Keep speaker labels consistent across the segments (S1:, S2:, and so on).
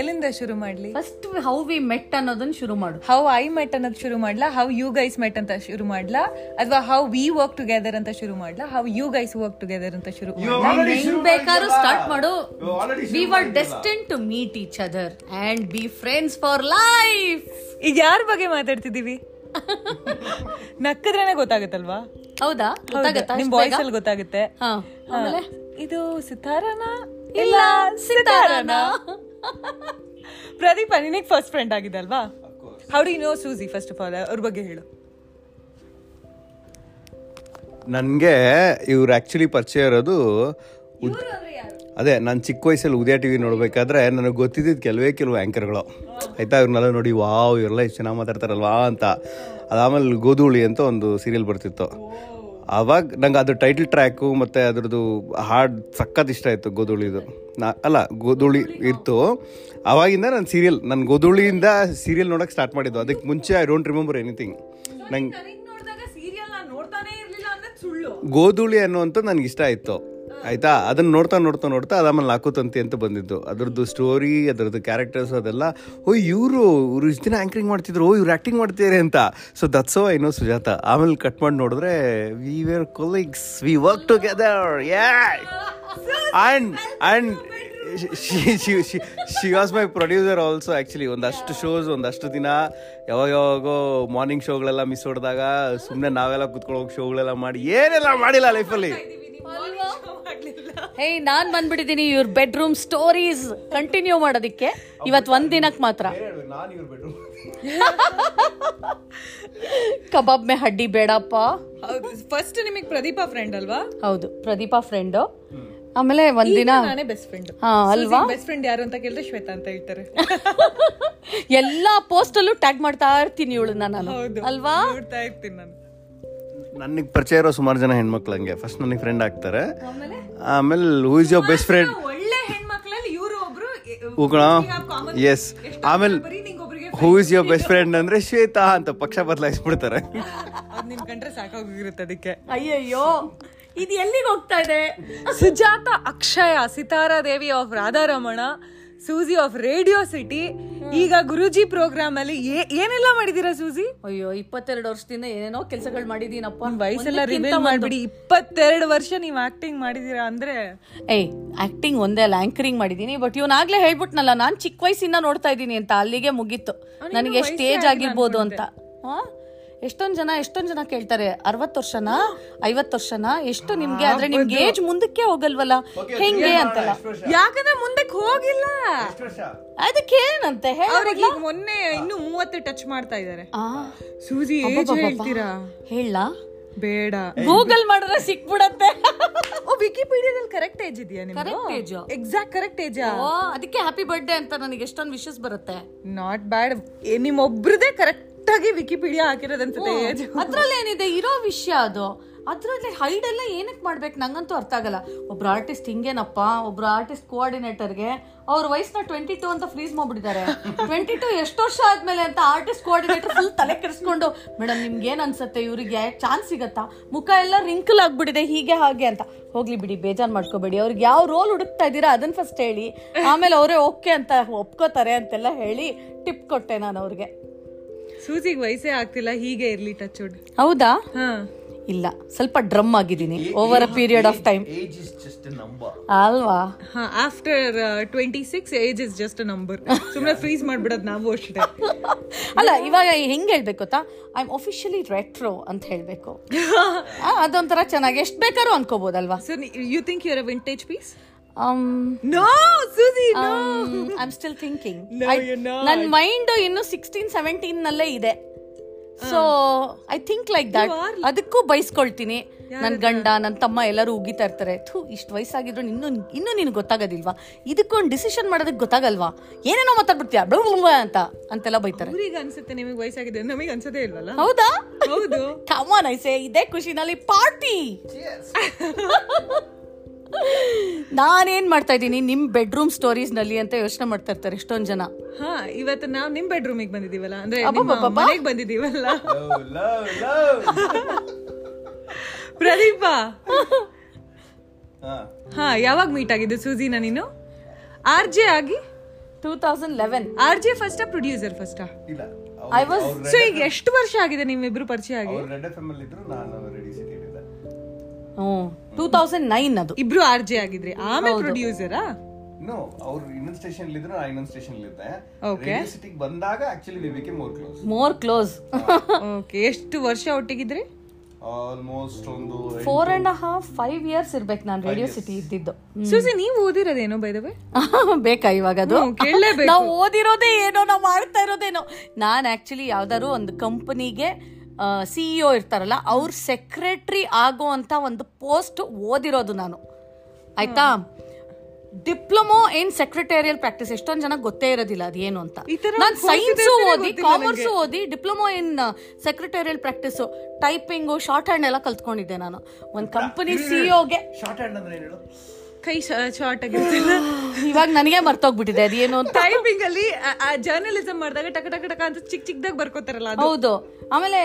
S1: ಎಲ್ಲಿಂದ ಶುರು ಮಾಡ್ಲಿ
S2: ಫಸ್ಟ್ ಹೌ ವಿ ಮೆಟ್ ಅನ್ನೋದನ್ನ ಶುರು ಮಾಡು
S1: ಹೌ ಐ ಮೆಟ್ ಅನ್ನೋದು ಶುರು ಮಾಡ್ಲಾ ಹೌ ಯು ಗೈಸ್ ಮೆಟ್ ಅಂತ ಶುರು ಮಾಡ್ಲಾ ಅಥವಾ ಹೌ ವಿ ವರ್ಕ್ ಟುಗೆದರ್ ಅಂತ ಶುರು ಮಾಡ್ಲಾ how you guys work together ಅಂತ ಶುರು
S3: You
S1: ಮಾಡ್ಲಾ?
S3: already
S2: ಹೆಂಗ್
S3: ಶುರು
S2: ಬೇಕಾದ್ರೂ
S3: ಮಾಡಿದ್ಯಲ್ಲ?
S2: ಸ್ಟಾರ್ಟ್ ಮಾಡು
S3: You already
S2: ವಿ
S3: ಶುರು
S2: ವರ್
S3: ಮಾಡಿದ್ಯಲ್ಲ?
S2: Destined to meet each other and be friends for life
S1: ಈಗ ಯಾರ ಬಗ್ಗೆ ಮಾತಾಡ್ತಿದೀವಿ ನಕ್ಕದ್ರೇನೆ ಗೊತ್ತಾಗುತ್ತಲ್ವಾ
S2: ಹೌದಾ
S1: ಹೌದು,
S2: ಗೊತ್ತಾಗತ್ತಾ
S1: ನಿಮ್
S2: ಅಷ್ಟ್ ಬೇಗ?
S1: ವಾಯ್ಸ್ ಅಲ್ಲಿ ಗೊತ್ತಾಗುತ್ತೆ
S2: ಹಾ
S1: ಹಾ. ಇದು ಸಿತಾರನ
S2: ಇಲ್ಲ ಸಿತಾರನ
S1: ಪ್ರದೀಪ ನಿನಗೆ ಫಸ್ಟ್ ಫ್ರೆಂಡ್ ಆಗಿದಲ್ವಾ how do know Susi first of all ಅವ್ರ ಬಗ್ಗೆ ಹೇಳು
S3: ನನಗೆ ಇವ್ರು ಆ್ಯಕ್ಚುಲಿ ಪರಿಚಯ ಇರೋದು ಉದ್- ಅದೇ ನಾನು ಚಿಕ್ಕ ವಯಸ್ಸಲ್ಲಿ ಉದಯ ಟಿ ವಿ ನೋಡಬೇಕಾದ್ರೆ ನನಗೆ ಗೊತ್ತಿದ್ದಿದ್ದು ಕೆಲವೇ ಕೆಲವು ಆ್ಯಂಕರ್ಗಳು ಆಯ್ತಾ ಇವ್ರನ್ನೆಲ್ಲ ನೋಡಿ ವಾವ್ ಇವರೆಲ್ಲ ಎಷ್ಟು ಚೆನ್ನಾಗಿ ಮಾತಾಡ್ತಾರಲ್ವಾ ಅಂತ ಅದಾಮೇಲೆ ಗೋಧೂಳಿ ಅಂತ ಒಂದು ಸೀರಿಯಲ್ ಬರ್ತಿತ್ತು ಆವಾಗ ನಂಗೆ ಅದು ಟೈಟಲ್ ಟ್ರ್ಯಾಕು ಮತ್ತು ಅದ್ರದ್ದು ಹಾಡ್ ಸಖತ್ ಇಷ್ಟ ಆಯಿತು ಗೋಧೂಳಿದು ನಾ ಅಲ್ಲ ಗೋಧೂಳಿ ಇತ್ತು ಆವಾಗಿಂದ ನಾನು ಸೀರಿಯಲ್ ನಾನು ಗೋಧೂಳಿಯಿಂದ ಸೀರಿಯಲ್ ನೋಡೋಕೆ ಸ್ಟಾರ್ಟ್ ಮಾಡಿದ್ದು ಅದಕ್ಕೆ ಮುಂಚೆ ಐ ಡೋಂಟ್ ರಿಮೆಂಬರ್ ಎನಿಥಿಂಗ್ ನಂಗೆ ಗೋಧೂಳಿ ಅನ್ನುವಂಥ ನನಗೆ ಇಷ್ಟ ಆಯಿತು ಆಯ್ತಾ ಅದನ್ನ ನೋಡ್ತಾ ನೋಡ್ತಾ ನೋಡ್ತಾ ಅದಾಮೇಲೆ ನಾಕುತಂತಿ ಅಂತ ಬಂದಿದ್ದು ಅದ್ರದ್ದು ಸ್ಟೋರಿ ಅದರದ್ದು ಕ್ಯಾರೆಕ್ಟರ್ಸ್ ಅದೆಲ್ಲ ಓ ಇವರು ಇವ್ರು ಇಷ್ಟು ದಿನ ಆ್ಯಂಕರಿಂಗ್ ಮಾಡ್ತಿದ್ರು ಓ ಇವ್ರು ಆ್ಯಕ್ಟಿಂಗ್ ಮಾಡ್ತಿದ್ದಾರೆ ಅಂತ so that's oh I know Sujatha ಆಮೇಲೆ ಕಟ್ ಮಾಡಿ ನೋಡಿದ್ರೆ we were colleagues we work together and and she was my producer also actually ಒಂದಷ್ಟು ಶೋಸ್ ಒಂದಷ್ಟು ದಿನ ಯಾವಾಗ ಯಾವಾಗೋ ಮಾರ್ನಿಂಗ್ ಶೋಗಳೆಲ್ಲ ಮಿಸ್ ಹೊಡೆದಾಗ ಸುಮ್ಮನೆ ನಾವೆಲ್ಲ ಕುತ್ಕೊಳ್ಳೋಗಿ ಶೋಗಳೆಲ್ಲ ಮಾಡಿ ಏನೆಲ್ಲ ಮಾಡಿಲ್ಲ ಲೈಫಲ್ಲಿ
S2: ಹೇ ನಾನ್ ಬಂದ್ಬಿಟ್ಟಿದೀನಿ ಇವ್ರ ಬೆಡ್ರೂಮ್ ಸ್ಟೋರೀಸ್ ಕಂಟಿನ್ಯೂ ಮಾಡೋದಿಕ್ಕೆ ಇವತ್ ಒಂದ್ ದಿನಕ್ ಮಾತ್ರ ಕಬಾಬ್ ಮೇ ಹಡ್ಡಿ ಬೇಡಪ್ಪ
S1: ಹೌದು ಫಸ್ಟ್ ನಿಮಗೆ ಪ್ರದೀಪ ಫ್ರೆಂಡ್ ಅಲ್ವಾ
S2: ಹೌದು ಪ್ರದೀಪಾ ಫ್ರೆಂಡ್ ಆಮೇಲೆ ಒಂದಿನ
S1: ನಾನೇ ಬೆಸ್ಟ್ ಫ್ರೆಂಡ್
S2: ಹಾ ಅಲ್ವಾ
S1: ಬೆಸ್ಟ್ ಫ್ರೆಂಡ್ ಯಾರು ಅಂತ ಕೇಳಿದ್ರೆ ಶ್ವೇತಾ ಅಂತ ಹೇಳ್ತಾರೆ
S2: ಎಲ್ಲಾ ಪೋಸ್ಟ್ ಅಲ್ಲೂ ಟ್ಯಾಗ್ ಮಾಡ್ತಾ ಇರ್ತೀನಿ ಇವಳನ್ನ ನಾನು ಅಲ್ವಾ
S1: ನೋಡ್ತಾ ಇರ್ತೀನಿ ನಾನು
S3: ನನಗೆ ಪರಿಚಯ ಇರೋ ಸುಮಾರು ಜನ ಹೆಣ್ಮಕ್ಳು ಹಂಗೆ ಫಸ್ಟ್ ನನಗೆ ಫ್ರೆಂಡ್ ಆಗ್ತಾರೆ ಆಮೇಲೆ who is your best friend
S1: ಒಳ್ಳೆ ಹೆಣ್ಮಕ್ಳಲ್ಲಿ ಇವರು ಒಬ್ರು
S3: ಉಗುಣ ಎಸ್ ಆಮೇಲೆ who is your best friend ಅಂದ್ರೆ ಶ್ವೇತಾ ಅಂತ ಪಕ್ಷ ಬದಲಾಯಿಸ್ಬಿಡ್ತಾರೆ
S1: ಅದ್ ನಿಮ್ ಕಂಡ್ರೆ ಸಾಕಾಗೋಗಿರುತ್ತೆ ಅದಕ್ಕೆ
S2: ಅಯ್ಯಯ್ಯೋ ಇದು ಎಲ್ಲಿಗೆ ಹೋಗ್ತಾ ಇದೆ
S1: Sujatha Akshaya Sitara Devi of Radharamana Suji of radio city ಈಗ ಗುರುಜಿ ಪ್ರೋಗ್ರಾಮ್ ಅಲ್ಲಿ ಏ- ಏನೆಲ್ಲ ಮಾಡಿದೀರಾ ಸೂಜಿ
S2: ಅಯ್ಯೋ ಇಪ್ಪತ್ತೆರಡು ವರ್ಷದಿಂದ ಏನೇನೋ ಕೆಲಸಗಳು ಮಾಡಿದೀನಪ್ಪ
S1: ವಯಸ್ಸೆಲ್ಲ
S2: ಒಂದಕ್ಕಿಂತ
S1: ರಿವೀಲ್
S2: ಒಂದು.
S1: ಮಾಡ್ಬಿಡಿ ಇಪ್ಪತ್ತೆರಡು ವರ್ಷ ನೀವ್ ಆಕ್ಟಿಂಗ್ ಮಾಡಿದೀರಾ ಅಂದ್ರೆ
S2: ಏಯ್ ಆಕ್ಟಿಂಗ್ ಒಂದೇ ಅಲ್ಲ ಆಂಕರಿಂಗ್ ಮಾಡಿದೀನಿ ಬಟ್ ಇವ್ನಾಗ್ಲೇ ಹೇಳ್ಬಿಟ್ನಲ್ಲ ನಾನು ಚಿಕ್ಕ ವಯಸ್ಸಿಂದ ನೋಡ್ತಾ ಇದ್ದೀನಿ ಅಂತ ಅಲ್ಲಿಗೆ ಮುಗೀತು ನನಗೆ ಸ್ಟೇಜ್ ಆಗಿರ್ಬೋದು ಅಂತ ಎಷ್ಟೊಂದು ಜನ ಎಷ್ಟೊಂದು ಜನ ಕೇಳ್ತಾರೆ ಅರವತ್ತು ವರ್ಷನಾ ಐವತ್ತು ವರ್ಷನಾ ಎಷ್ಟು ನಿಮ್ಗೆ ಆದ್ರೆ ನಿಮ್ಗೆ ಏಜ್ ಮುಂದಕ್ಕೆ ಹೋಗಲ್ವಲ್ಲ ಹೆಂಗೆ ಅಂತಲ್ಲ
S1: ಯಾಕಂದ್ರೆ ಮುಂದಕ್ಕೆ ಹೋಗಿಲ್ಲ
S2: ಅದಕ್ಕೇನಂತೆ ಹೇಳ
S1: ಅವ್ರಿಗೆ ಈಗ ಮೊನ್ನೆ ಇನ್ನು ಮೂವತ್ತು ಟಚ್ ಮಾಡ್ತಾ ಇದಾರೆ ಸೂಜಿ ಏಜ್ ಹೇಳ್ತೀರಾ
S2: ಹೇಳ
S1: ಬೇಡ
S2: ಗೂಗಲ್ ಮಾಡಿದ್ರೆ ಸಿಕ್ಬಿಡತ್ತೆ
S1: ಓ ವಿಕಿಪೀಡಿಯಾದಲ್ಲಿ ಕರೆಕ್ಟ್ ಏಜ್ ಇದೆಯಾ ನಿಮ್ಗೆ
S2: ಕರೆಕ್ಟ್ ಏಜ್
S1: ಎಕ್ಸಾಕ್ಟ್ ಕರೆಕ್ಟ್ ಏಜಾ
S2: ಓ ಅದಕ್ಕೆ ಹ್ಯಾಪಿ ಬರ್ತ್ಡೇ ಅಂತ ನನಗೆ ಎಷ್ಟೊಂದು ವಿಶಸ್ ಬರುತ್ತೆ
S1: ನಾಟ್ ಬ್ಯಾಡ್ ನಿಮ್ಮೊಬ್ರದೇ ಕರೆಕ್ಟ್ ಆಗಿ ವಿಕಿಪೀಡಿಯಾ ಹಾಕಿರೋದಂತದೆ
S2: ಅದ್ರಲ್ಲಿ ಏನಿದೆ ಇರೋ ವಿಷಯ ಅದು ಅದ್ರಲ್ಲಿ ಹೈಡ್ ಎಲ್ಲ ಏನಕ್ಕೆ ಮಾಡ್ಬೇಕು ನಂಗಂತೂ ಅರ್ಥ ಆಗಲ್ಲ ಒಬ್ರು ಆರ್ಟಿಸ್ಟ್ ಹಿಂಗೇನಪ್ಪ ಒಬ್ರು ಆರ್ಟಿಸ್ಟ್ ಕೋಆರ್ಡಿನೇಟರ್ಗೆ ಅವ್ರ ವಯಸ್ಸನ್ನ ಟ್ವೆಂಟಿ ಟೂ ಅಂತ ಫ್ರೀಸ್ ಮಾಡ್ಬಿಟ್ಟಿದ್ದಾರೆ ಟ್ವೆಂಟಿ ಟೂ ಎಷ್ಟು ವರ್ಷ ಆದ್ಮೇಲೆ ಅಂತ ಆರ್ಟಿಸ್ಟ್ ಕೋಆರ್ಡಿನೇಟರ್ ಫುಲ್ ತಲೆ ಕೆಡಿಸ್ಕೊಂಡು ಮೇಡಮ್ ನಿಮ್ಗೆ ಏನ್ ಅನ್ಸುತ್ತೆ ಇವ್ರಿಗೆ ಚಾನ್ಸ್ ಸಿಗತ್ತಾ ಮುಖ ಎಲ್ಲ ರಿಂಕಲ್ ಆಗ್ಬಿಟ್ಟಿದೆ ಹೀಗೆ ಹಾಗೆ ಅಂತ ಹೋಗ್ಲಿ ಬಿಡಿ ಬೇಜಾರ್ ಮಾಡ್ಕೋಬೇಡಿ ಅವ್ರಿಗೆ ಯಾವ ರೋಲ್ ಹುಡುಕ್ತಾ ಇದ್ದೀರಾ ಅದನ್ನ ಫಸ್ಟ್ ಹೇಳಿ ಆಮೇಲೆ ಅವರೇ ಓಕೆ ಅಂತ ಒಪ್ಕೋತಾರೆ ಅಂತೆಲ್ಲ ಹೇಳಿ ಟಿಪ್ ಕೊಟ್ಟೆ ನಾನು ಅವ್ರಿಗೆ
S1: ಸೂಜಿಗೆ ವಯಸ್ಸೇ ಆಗ್ತಿಲ್ಲ ಹೀಗೆ ಇರ್ಲಿ ಟಚ್ ವುಡ್
S2: ಹೌದಾ
S1: ಹಾ
S2: ಇಲ್ಲ ಸ್ವಲ್ಪ ಡ್ರಮ್ ಆಗಿದ್ದೀನಿ over a period of time ಅಲ್ವಾ
S1: ಹಾ after twenty six age is just number ಸುಮ್ಮನೆ ಫ್ರೀಸ್ ಮಾಡ್ಬಿಡೋದು ನಾವು ಅಷ್ಟೇ
S2: ಅಲ್ಲ ಇವಾಗ ಹೆಂಗ್ ಹೇಳ್ಬೇಕು ಗೊತ್ತಾ ಐ ಆಮ್ ಒಫಿಷಿಯಲಿ ರೆಟ್ರೋ ಅಂತ ಹೇಳ್ಬೇಕು ಆ, ಅದೊಂಥರ ಚೆನ್ನಾಗಿ ಎಷ್ಟು ಬೇಕಾದ್ರೂ ಅನ್ಕೋಬೋದಲ್ವಾ Um,
S1: so you think your a vintage piece
S2: um,
S1: no Suji Um,
S2: um, Um, I'm still thinking.
S1: No,
S2: I-
S1: you're not.
S2: ನನ್ ಮೈಂಡ್ ಇನ್ನು ಸಿಕ್ಸ್ಟೀನ್ ಸೆವೆಂಟೀನ್ ನಲ್ಲೇ ಇದೆ so I think like that ಅದಕ್ಕೂ ಬೈಸ್ಕೊಳ್ತೀನಿ ನನ್ನ ಗಂಡ ನನ್ನ ತಮ್ಮ ಎಲ್ಲರೂ ಉಗಿತಾ ಇರ್ತಾರೆ ಥೂ ಇಷ್ಟು ವಯಸ್ಸಾಗಿದ್ರು ಇನ್ನೂ ಇನ್ನೂ ನಿನ್ಗೆ ಗೊತ್ತಾಗೋದಿಲ್ವಾ ಇದಕ್ಕೊಂದು ಡಿಸಿಷನ್ ಮಾಡೋದಕ್ಕೆ ಗೊತ್ತಾಗಲ್ವಾ ಏನೇನೋ ಮಾತಾಡ್ಬಿಡ್ತೀಯ ಬ್ಲೂ ಬ್ಲೂ ಬ್ಲೂ ಅಂತ ಅಂತೆಲ್ಲ ಬೈತಾರೆ
S1: ಅವ್ರಿಗೆ ಅನ್ಸುತ್ತೆ ನಿಮಗೆ ವಯಸ್ಸಾಗಿದೆ ನಮಗೆ ಅನ್ಸದೇ ಇಲ್ವಲ್ಲ
S2: ಹೌದಾ
S1: ಹೌದು
S2: ಕಮಾನ್ ಐಸೆ ಇದೇ ಖುಷಿನಲ್ಲಿ ಪಾರ್ಟಿ ನಾನೇನ್ ಮಾಡ್ತಾ ಇದ್ದೀನಿ ನಿಮ್ ಬೆಡ್ರೂಮ್ ಸ್ಟೋರೀಸ್ ನಲ್ಲಿ ಅಂತ ಯೋಚನೆ ಮಾಡ್ತಾ ಇರ್ತಾರೆ ಎಷ್ಟೊಂದ್ ಜನ
S1: ಹಾ ಇವತ್ತು ನಾವು ನಿಮ್ ಬೆಡ್ರೂಮಿಗೆ ಬಂದಿದೀವಲ್ಲ ಅಂದ್ರೆ ನಿಮ್ಮ
S2: ಅಬ್ಬಬ್ಬಬ್ಬ.
S1: ಮನೆಗ್ ಬಂದಿದೀವಲ್ಲ ಪ್ರದೀಪ ಹಾ ಯಾವಾಗ ಮೀಟ್ ಆಗಿದ್ದು ಸೂಜಿನ ನೀನು ಆರ್ ಜೆ ಆಗಿ
S2: two thousand eleven
S1: R J ಫಸ್ಟಾ ಪ್ರೊಡ್ಯೂಸರ್ ಫಸ್ಟಾ
S3: ಇಲ್ಲ
S2: ಐ ವಾಸ್
S1: ಸೊ ಈಗ ಎಷ್ಟು ವರ್ಷ ಆಗಿದೆ ನಿಮ್ಮಿಬ್ರು ಪರಿಚಯ ಆಗಿ
S3: ಅವ್ರು ರೆಡ್ ಎಫ್ ಎಮ್ ಅಲ್ಲಿ ಇದ್ರು ನಾನು ರೆಡಿ ಸಿಟಿಲಿಲ್ಲ
S2: ಟೂ ತೌಸಂಡ್ ನೈನ್ ಅದು
S1: ಇಬ್ರು ಆರ್ ಜೆ ಆಗಿದ್ರಿ ಆಮೇಲೆ ಪ್ರೊಡ್ಯೂಸರಾ
S3: ನೋ ಅವ್ರು ಇನ್ನೊಂದು ಸ್ಟೇಷನ್ ಇದ್ರು ನಾನು ಇನ್ನೊಂದು ಸ್ಟೇಷನ್ ಇದ್ದೆ ರೇಡಿಯೋ ಸಿಟಿಗೆ ಬಂದಾಗ actually we became more close
S2: more close
S1: okay ಎಷ್ಟು ವರ್ಷ ಒಟ್ಟಿಗಿದ್ರಿ
S3: ಆಲ್ಮೋಸ್ಟ್ ಒಂದು
S2: four and half five years ಇರ್ಬೇಕು ನಾನು ರೇಡಿಯೋ ಸಿಟಿ ಇದ್ದಿದ್ದು
S1: ಸೂಸಿ ನೀವು ಓದಿರೋದೇನೋ ಬೈ ದ ವೇ
S2: ಬೇಕಾ ಇವಾಗ ಅದು
S1: ಹ್ಮ್, ಕೇಳ್ಲೇಬೇಕು.
S2: ನಾವು ಓದಿರೋದೇ ಏನೋ ನಾವು ಮಾಡ್ತಾ ಇರೋದೇನೋ ನಾನು ಆಕ್ಚುಲಿ ಯಾವ್ದಾದ್ರು ಒಂದು ಕಂಪನಿಗೆ ಸಿಇಒ E ಇರ್ತಾರಲ್ಲ ಅವ್ರ ಸೆಕ್ರೆಟ್ರಿ ಆಗೋ ಅಂತ ಒಂದು ಪೋಸ್ಟ್ ಓದಿರೋದು ನಾನು ಆಯ್ತಾ ಡಿಪ್ಲೊಮೊ ಇನ್ ಸೆಕ್ರೆಟೇರಿಯಲ್ ಪ್ರಾಕ್ಟೀಸ್ ಎಷ್ಟೊಂದು ಜನ ಗೊತ್ತೇ ಇರೋದಿಲ್ಲ ಅದೇನು ಅಂತ
S1: ಈ ತರ
S2: ನಾನು ಸೈನ್ಸ್
S1: coincidence
S2: ಓದಿ
S1: ಗೊತ್ತಿಲ್ಲ
S2: ಕಾಮರ್ಸ್ ಓದಿ diploma in secretarial practice typing shorthand ಎಲ್ಲ ಕಲ್ತ್ಕೊಂಡಿದ್ದೆ ನಾನು ಒಂದು ಕಂಪನಿ ಸಿಇಒಗೆ
S3: ಶಾರ್ಟ್ ಹ್ಯಾಂಡ್ ಅಂದ್ರೆ ಏನು ಹೇಳು
S1: ಕೈ ಶಾರ್ಟ್ ಆಗಿರ್ತಿಲ್ಲ
S2: ಇವಾಗ ನನಗೆ ಮರ್ತೋಗ್ಬಿಟ್ಟಿದೆ ಅದೇನು ಅಂತ
S1: ಟೈಪಿಂಗ್ ಅಲ್ಲಿ ಜರ್ನಲಿಸಂ ಮಾಡಿದಾಗ ಟಕ ಟಕ ಟಕ ಅಂತ ಚಿಕ್ಕ ಚಿಕ್ಕದಾಗ ಬರ್ಕೋತಾರಲ್ಲ ಅದು
S2: ಹೌದು ಆಮೇಲೆ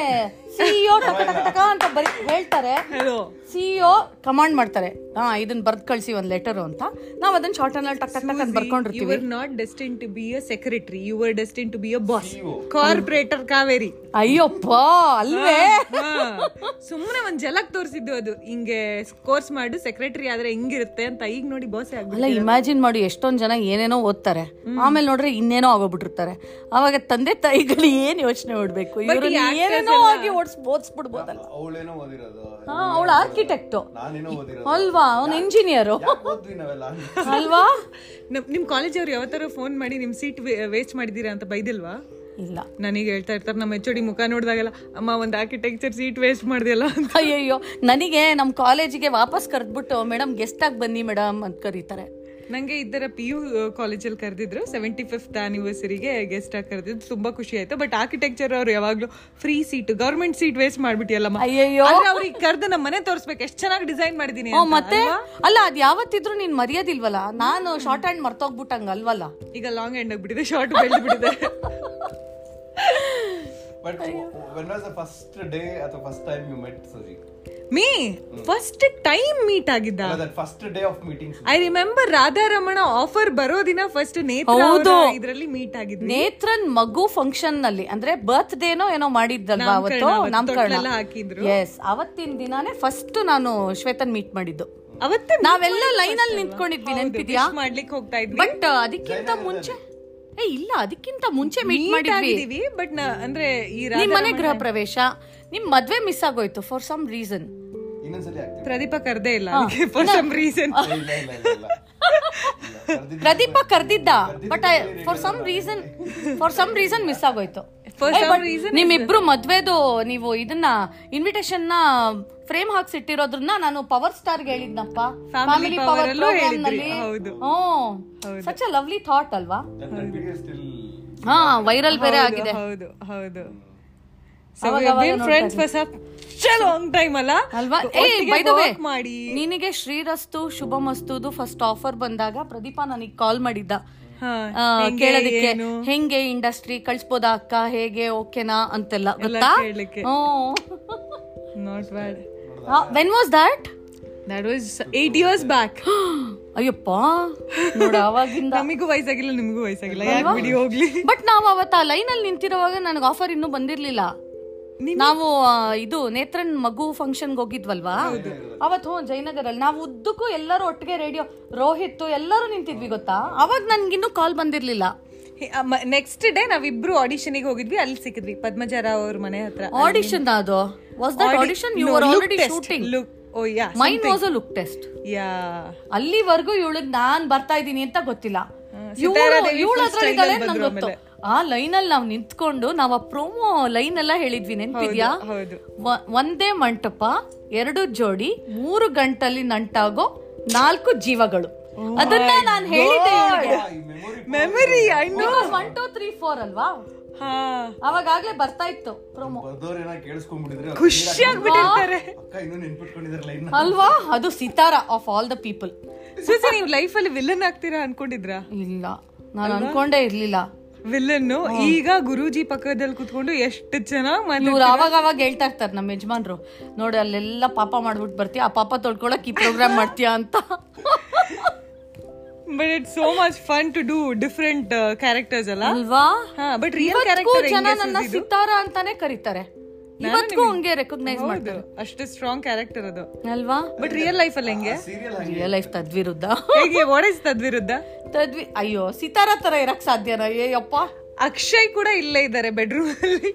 S2: ಸಿಇಒ ಟಕ ಟಕ ಟಕ ಅಂತ ಬರಿ ಹೇಳ್ತಾರೆ
S1: ಹಲೋ
S2: ಸಿಇಒ ಕಮಾಂಡ್ ಮಾಡ್ತಾರೆ ಹಾ ಇದನ್ನ ಬರ್ದ್ ಕಳ್ಸಿ ಒಂದ್ ಲೆಟರ್ ಅಂತ ನಾವ್ ಅದನ್ನ ಶಾರ್ಟ್ ಅಲ್ಲಿ ಟಕ್ ಟಕ್ ಟಕ್ ಅಂತ
S1: ಯು
S2: ಬರ್ಕೊಂಡಿರ್ತೀವಿ
S1: are not destined to be a secretary you are destined to be a boss corporator Kaveri
S2: Ayyappa ಅಲ್ವೇ
S1: ಸುಮ್ಮನೆ ಒಂದ್ ಜಲಕ್ ತೋರಿಸಿದ್ದು ಅದು ಹಿಂಗೆ ಕೋರ್ಸ್ ಮಾಡು ಸೆಕ್ರೆಟರಿ ಆದ್ರೆ ಹೆಂಗಿರುತ್ತೆ ಅಂತ ಈಗ ನೋಡಿ ಬಾಸೆ ಆಗ್ಬಿಟ್ಟು
S2: ಅಲ್ಲ ಇಮ್ಯಾಜಿನ್ ಮಾಡಿ ಎಷ್ಟೊಂದ್ ಜನ ಏನೇನೋ ಓದ್ತಾರೆ ಆಮೇಲೆ ನೋಡ್ರೆ ಇನ್ನೇನೋ ಆಗೋಗ್ಬಿಟ್ಟಿರ್ತಾರೆ ಅವಾಗ ತಂದೆ ತಾಯಿಗಳು ಏನ್ ಯೋಚನೆ ಮಾಡ್ಬೇಕು ಇವ್ರು ಏನೇನೋ ಆಗಿ ಓಡಿಸ್ ಓದಿಸ್ಬಿಡ್ಬೋದಲ್ಲ
S3: ಅವಳೇನೋ ಓದಿರೋದು
S2: ಹಾ ಅವಳು ಆರ್ಕಿಟೆಕ್ಟ್
S3: ನಾನೇನೋ ಓದಿರೋದು
S2: ಅಲ್ವಾ ಅವ್ನ ಇಂಜಿನಿಯರು
S3: ಯಾಕ್ ಓದ್ವಿ ನಾವೆಲ್ಲ
S2: ಅಲ್ವಾ
S1: ನಮ್- ನಿಮ್ ಕಾಲೇಜ್ ಅವ್ರು ಯಾವತ್ತಾರ ಫೋನ್ ಮಾಡಿ ನಿಮ್ ಸೀಟ್ ವೇಸ್ಟ್ ಮಾಡಿದೀರಾ ಅಂತ ಬೈದಿಲ್ವಾ
S2: ಇಲ್ಲ
S1: ನನಗೆ ಹೇಳ್ತಾ ಇರ್ತಾರೆ ನಮ್ಮ ಎಚ್ ಮುಖ ನೋಡಿದಾಗೆಲ್ಲ ಅಮ್ಮ ಒಂದ್ ಆರ್ಕಿಟೆಕ್ಚರ್ ಸೀಟ್ ವೇಸ್ಟ್ ಮಾಡ್ದಲ್ಲ ಅಂತ
S2: ಅಯ್ಯಯ್ಯೋ ನನಗೆ ನಮ್ಮ ಕಾಲೇಜಿಗೆ ವಾಪಸ್ ಕರೆದ್ಬಿಟ್ಟು ಮೇಡಮ್ ಗೆಸ್ಟ್ ಆಗಿ ಬನ್ನಿ ಮೇಡಮ್ ಅಂತ ಕರೀತಾರೆ
S1: ನಂಗೆ ಇದರ ಪಿ ಯು ಕಾಲೇಜಲ್ಲಿ ಕರೆದಿದ್ರು ಸೆವೆಂಟಿ ಫಿಫ್ತ್ ಆನಿವರ್ಸರಿಗೆ ಗೆಸ್ಟ್ ಆಗಿ ಕರೆದಿದ್ದು ತುಂಬಾ ಖುಷಿ ಆಯ್ತು ಬಟ್ ಆರ್ಕಿಟೆಕ್ಚರ್ ಅವ್ರು ಯಾವಾಗ್ಲೂ free seat government seat waste ಮಾಡ್ಬಿಟ್ಟಿಯಲ್ಲಮ್ಮ
S2: ಅಯ್ಯಯ್ಯೋ.
S1: ಆದ್ರೆ ಅವ್ರಿಗೆ ಕರೆದು ನಮ್ಮ ಮನೆ ತೋರಿಸ್ಬೇಕು ಎಷ್ಟು ಚೆನ್ನಾಗಿ ಡಿಸೈನ್ ಮಾಡಿದೀನಿ
S2: ಓ ಮತ್ತೆ ಅಲ್ಲ ಅದ್ ಯಾವತ್ತಿದ್ರು ನೀನ್ ಮರ್ಯೋದಿಲ್ವಲ್ಲ ನಾನು ಶಾರ್ಟ್ ಹ್ಯಾಂಡ್ ಮರ್ತೋಗ್ಬಿಟ್ಟಂಗ ಅಲ್ವಲ್ಲ
S1: ಈಗ ಲಾಂಗ್ ಎಂಡ್ ಆಗ್ಬಿಟ್ಟಿದೆ ಶಾರ್ಟ್ ಬೆಳೆದ್ಬಿಟ್ಟಿದೆ
S3: but when was the first day ಅಥವಾ first time you met Suji
S1: me first time meet ಆಗಿದ್ದ
S3: that first day of meeting
S1: I remember Radharamana offer ಬರೋ ದಿನ ಫಸ್ಟ್ ನೇತ್ರ
S2: ಹೌದು.
S1: ಇದರಲ್ಲಿ ಮೀಟ್ ಆಗಿದ್ವಿ
S2: ನೇತ್ರನ್ ಮಗು ಫಂಕ್ಷನ್ ನಲ್ಲಿ ಅಂದ್ರೆ ಬರ್ತ್ ಡೇನೋ ಏನೋ ಮಾಡಿದ್ದಲ್ವಾ ಅವತ್ತು
S1: ನಾಮಕರಣ, ಅವತ್ತು ತೊಟ್ಲೆಲ್ಲ ಹಾಕಿದ್ರು.
S2: ನಾಮಕರಣ ಎಸ್ ಅವತ್ತಿನ ದಿನಾನೇ ಫಸ್ಟ್ ನಾನು ಶ್ವೇತನ್ ಮೀಟ್ ಮಾಡಿದ್ದು
S1: ಅವತ್ತೇ
S2: ನಾವೆಲ್ಲ ಲೈನ್ ಅಲ್ಲಿ ನಿಂತ್ಕೊಂಡಿದ್ವಿ ನೆನ್ಪಿದ್ಯಾ
S1: wish ಮಾಡ್ಲಿಕ್ಕೆ ಹೋಗ್ತಾ ಇದ್ವಿ
S2: ಬಟ್ ಅದಕ್ಕಿಂತ ಮುಂಚೆ ಏ ಇಲ್ಲ ಅದಕ್ಕಿಂತ ಮುಂಚೆ ಮೀಟ್ ಮಾಡಿದ್ವಿ
S1: ಆಗಿದೀವಿ ಬಟ್ ಅಂದ್ರೆ ಈ ರಾ-
S2: ನಿಮ್ ಮನೆ ಗೃಹ ಪ್ರವೇಶ ನಿಮ್ ಮದ್ವೆ ಮಿಸ್ ಆಗೋಯ್ತು ಫಾರ್ ಸಮ್ ರೀಸನ್
S3: ಇನ್ನೊಂದ್ಸಲಿ ಆಗ್ತೀವಿ
S1: ಪ್ರದೀಪ ಕರ್ದೇ ಇಲ್ಲ ಫಾರ್ ಸಮ್ ರೀಸನ್
S3: ಇಲ್ಲ ಇಲ್ಲ ಇಲ್ಲ ಇಲ್ಲ ಇಲ್ಲ, ಕರ್ದಿದ್ದು
S2: ಪ್ರದೀಪ ಕರ್ದಿದ್ದ but for some reason for some reason miss ಆಗೋಯ್ತು
S1: For
S2: ಏ,
S1: some
S2: but
S1: reason
S2: ನಿಮ್ಮಿಬ್ರು ಮದ್ವೆದು ನೀವು ಇದನ್ನ ಇನ್ವಿಟೇಷನ್ ನ ಫ್ರೇಮ್ ಹಾಕ್ಸಿಟ್ಟಿರೋದ್ರನ್ನ ನಾನು ಪವರ್ ಸ್ಟಾರ್ ಹೇಳಿದ್ನಪ್ಪ
S1: Family
S2: ಫ್ಯಾಮಿಲಿ
S1: Power
S2: ಪವರ್
S1: ಅಲ್ಲೂ
S2: ಪ್ರೋಗ್ರಾಮ್
S1: ಹೇಳಿದ್ರಿ,
S2: ನಲ್ಲಿ
S1: ಹೌದು.
S2: ಸಚ್ ಅ ಲವ್ಲಿ ಥಾಟ್ ಅಲ್ವಾ
S3: that- that video is still-
S2: ಹಾ ವೈರಲ್ ಬೇರೆ ಆಗಿದೆ
S1: ಹೌದು ಹೌದು so been friends for long time ಅಲ್ಲ
S2: ಅಲ್ವಾ ಏ
S1: ಒಟ್ಟಿಗೆ
S2: ಬೈ ದ ವೇ
S1: work ಮಾಡಿ
S2: ನಿನಗೆ ಶ್ರೀರಸ್ತು ಶುಭಮಸ್ತುದು ಫಸ್ಟ್ ಆಫರ್ ಬಂದಾಗ ಪ್ರದೀಪ ನನಗೆ ಕಾಲ್ ಮಾಡಿದ್ದ
S1: ಹಾ,
S2: ಆ,
S1: ಹೆಂಗೆ,
S2: ಕೇಳೋದಕ್ಕೆ
S1: ಏನು?
S2: ಹೆಂಗೆ ಇಂಡಸ್ಟ್ರಿ ಕಳ್ಸ್ಬೋದಾ ಅಕ್ಕ ಹೇಗೆ ಓಕೆನಾ ಅಂತೆಲ್ಲ ಗೊತ್ತಾ
S1: ಕೇಳ್ಲಿಕ್ಕೆ. Not bad
S2: when was that
S1: that was eight years back
S2: ಅಯ್ಯಪ್ಪ ನೋಡ ಅವಾಗಿಂದ
S1: ನಮಗೂ ವಯಸ್ಸಾಗಿಲ್ಲ ನಿಮಗೂ ವಯಸ್ಸಾಗಿಲ್ಲ ಯಾಕೆ ಬಿಡಿ ಹೋಗ್ಲಿ
S2: ಬಟ್ ನಾವು ಅವತ್ತ ಲೈನ್ ಅಲ್ಲಿ ನಿಂತಿರುವಾಗ ನನಗೆ ಆಫರ್ ಇನ್ನೂ ಬಂದಿರ್ಲಿಲ್ಲ ನಾವು ಆ, ಇದು ನೇತ್ರನ್ ಮಗು ಫಂಕ್ಷನ್ ಹೋಗಿದ್ವಲ್ವಾ ಅವತ್ ಹ್ಞೂ ಜಯನಗರಲ್ಲಿ ನಾವು ಉದ್ದಕ್ಕೂ ಎಲ್ಲರೂ ಒಟ್ಟಿಗೆ ರೇಡಿಯೋ ರೋಹಿತ್ ಎಲ್ಲರೂ ನಿಂತಿದ್ವಿ ಗೊತ್ತಾ ಅವಾಗ ನನ್ಗಿನ್ನೂ ಕಾಲ್ ಬಂದಿರ್ಲಿಲ್ಲ
S1: ನೆಕ್ಸ್ಟ್ ಡೇ ನಾವಿಬ್ರು ಆಡಿಷನ್ಗೆ ಹೋಗಿದ್ವಿ ಅಲ್ಲಿ ಸಿಕ್ಕಿದ್ವಿ ಪದ್ಮಜಾರ ಅವ್ರ ಮನೆ ಹತ್ರ
S2: ಆಡಿಷನ್ ಅದು was that audition you are already shooting
S1: look oh yeah
S2: mine was a look test
S1: yeah
S2: ಅಲ್ಲಿವರೆಗೂ ಇವಳಿಗೆ ನಾನ್ ಬರ್ತಾ ಇದ್ದೀನಿ ಅಂತ ಗೊತ್ತಿಲ್ಲ
S1: ಸಿತಾರಾ ದೇವಿ
S2: ಇವಳು
S1: full
S2: ಅದ್ರೊಳಗಿದ್ದಾಳೆ
S1: style ಅಲ್ಲಿ
S2: ನಂಗೆ
S1: ಬಂದ್ರು
S2: ಗೊತ್ತು ಆ ಲೈನ್ ಅಲ್ಲಿ ನಾವು ನಿಂತ್ಕೊಂಡು ನಾವು ಆ ಪ್ರೋಮೋ ಲೈನ್ ಎಲ್ಲ ಹೇಳಿದ್ವಿ ನೆನ್ಪಿದ್ಯಾ
S1: ಹೌದು
S2: ವ- ಒಂದೇ ಮಂಟಪ ಎರಡು ಜೋಡಿ ಮೂರು ಗಂಟಲ್ಲಿ ನಂಟಾಗೋ ನಾಲ್ಕು ಜೀವಗಳು ಅದನ್ನ ನಾನು ಹೇಳಿದ್ದೆ
S1: memory I know
S2: one two three four ಅಲ್ವಾ
S1: ಹಾ
S2: ಅವಾಗಾಗ್ಲೇ ಬರ್ತಾ ಇತ್ತು ಪ್ರೋಮೋ
S3: ಬರ್ದವ್ರೇನ ಕೇಳಿಸ್ಕೊಂಡ್ಬಿಟ್ಟಿದ್ರೆ ಅವ್ರು
S1: ಖುಷಿ ಆಗ್ಬಿಟ್ಟಿರ್ತಾರೆ
S3: ಅಕ್ಕ ಇನ್ನೂ ನೆನ್ಪಿಟ್ಕೊಂಡಿದ್ದಾರೆ ಲೈನ್
S2: ಅಲ್ವಾ ಅದು Sitara of all the people
S1: ಸುಸಿ ನೀವು ಲೈಫ್ ಅಲ್ಲಿ ವಿಲನ್ ಆಗ್ತೀರಾ ಅನ್ಕೊಂಡಿದ್ರಾ
S2: ಇಲ್ಲ ನಾನು ಅನ್ಕೊಂಡೇ ಇರ್ಲಿಲ್ಲ
S1: ವಿಲನ್ ಈಗ ಗುರೂಜಿ ಪಕ್ಕದಲ್ಲಿ ಕುತ್ಕೊಂಡು ಎಷ್ಟು ಚೆನ್ನಾಗಿ
S2: ಇವ್ರು ಅವಾಗ ಅವಾಗ ಹೇಳ್ತಾ ಇರ್ತಾರೆ ನಮ್ಮ ಯಜಮಾನ್ರು ನೋಡಿ ಅಲ್ಲೆಲ್ಲ ಪಾಪ ಮಾಡ್ಬಿಟ್ಟು ಬರ್ತೀಯ ಆ ಪಾಪ ತೊಳ್ಕೊಳಕ್ ಈ ಪ್ರೋಗ್ರಾಮ್ ಮಾಡ್ತೀಯ ಅಂತ
S1: but it so much fun to do different characters uh, ಅಲ್ಲ
S2: ಅಲ್ವಾ
S1: ಹಾ ಬಟ್ ರಿಯಲ್
S2: ಇವತ್ಗೂ ಜನ ನನ್ನ ಸಿತಾರ ಅಂತಾನೆ ಕರೀತಾರೆ ಇವತ್ಗೂ ಹಂಗೆ ರೆಕಗ್ನೈಸ್
S1: ಕ್ಯಾರೆಕ್ಟರ್ ಅಷ್ಟು ಸ್ಟ್ರಾಂಗ್ ಕ್ಯಾರೆಕ್ಟರ್ ಅದು
S2: ಅಲ್ವಾ
S1: ಬಟ್ ರಿಯಲ್ ಲೈಫ್ ಅಲ್ಲಿ ಹೆಂಗೆ
S2: ರಿಯಲ್ ಲೈಫ್ ತದ್ವಿರುದ್ಧ
S1: ಹೇಗೆ ಓಡೈಸ್ ತದ್ವಿರುದ್ಧ
S2: ತದ್ವಿ ಅಯ್ಯೋ ಸಿತಾರ ತರ ಇರಕ್ ಸಾಧ್ಯನಾ ಏಯಪ್ಪ
S1: ಅಕ್ಷಯ್ ಕೂಡ ಇಲ್ಲೇ ಇದ್ದಾರೆ ಬೆಡ್ರೂಮ್ ಅಲ್ಲಿ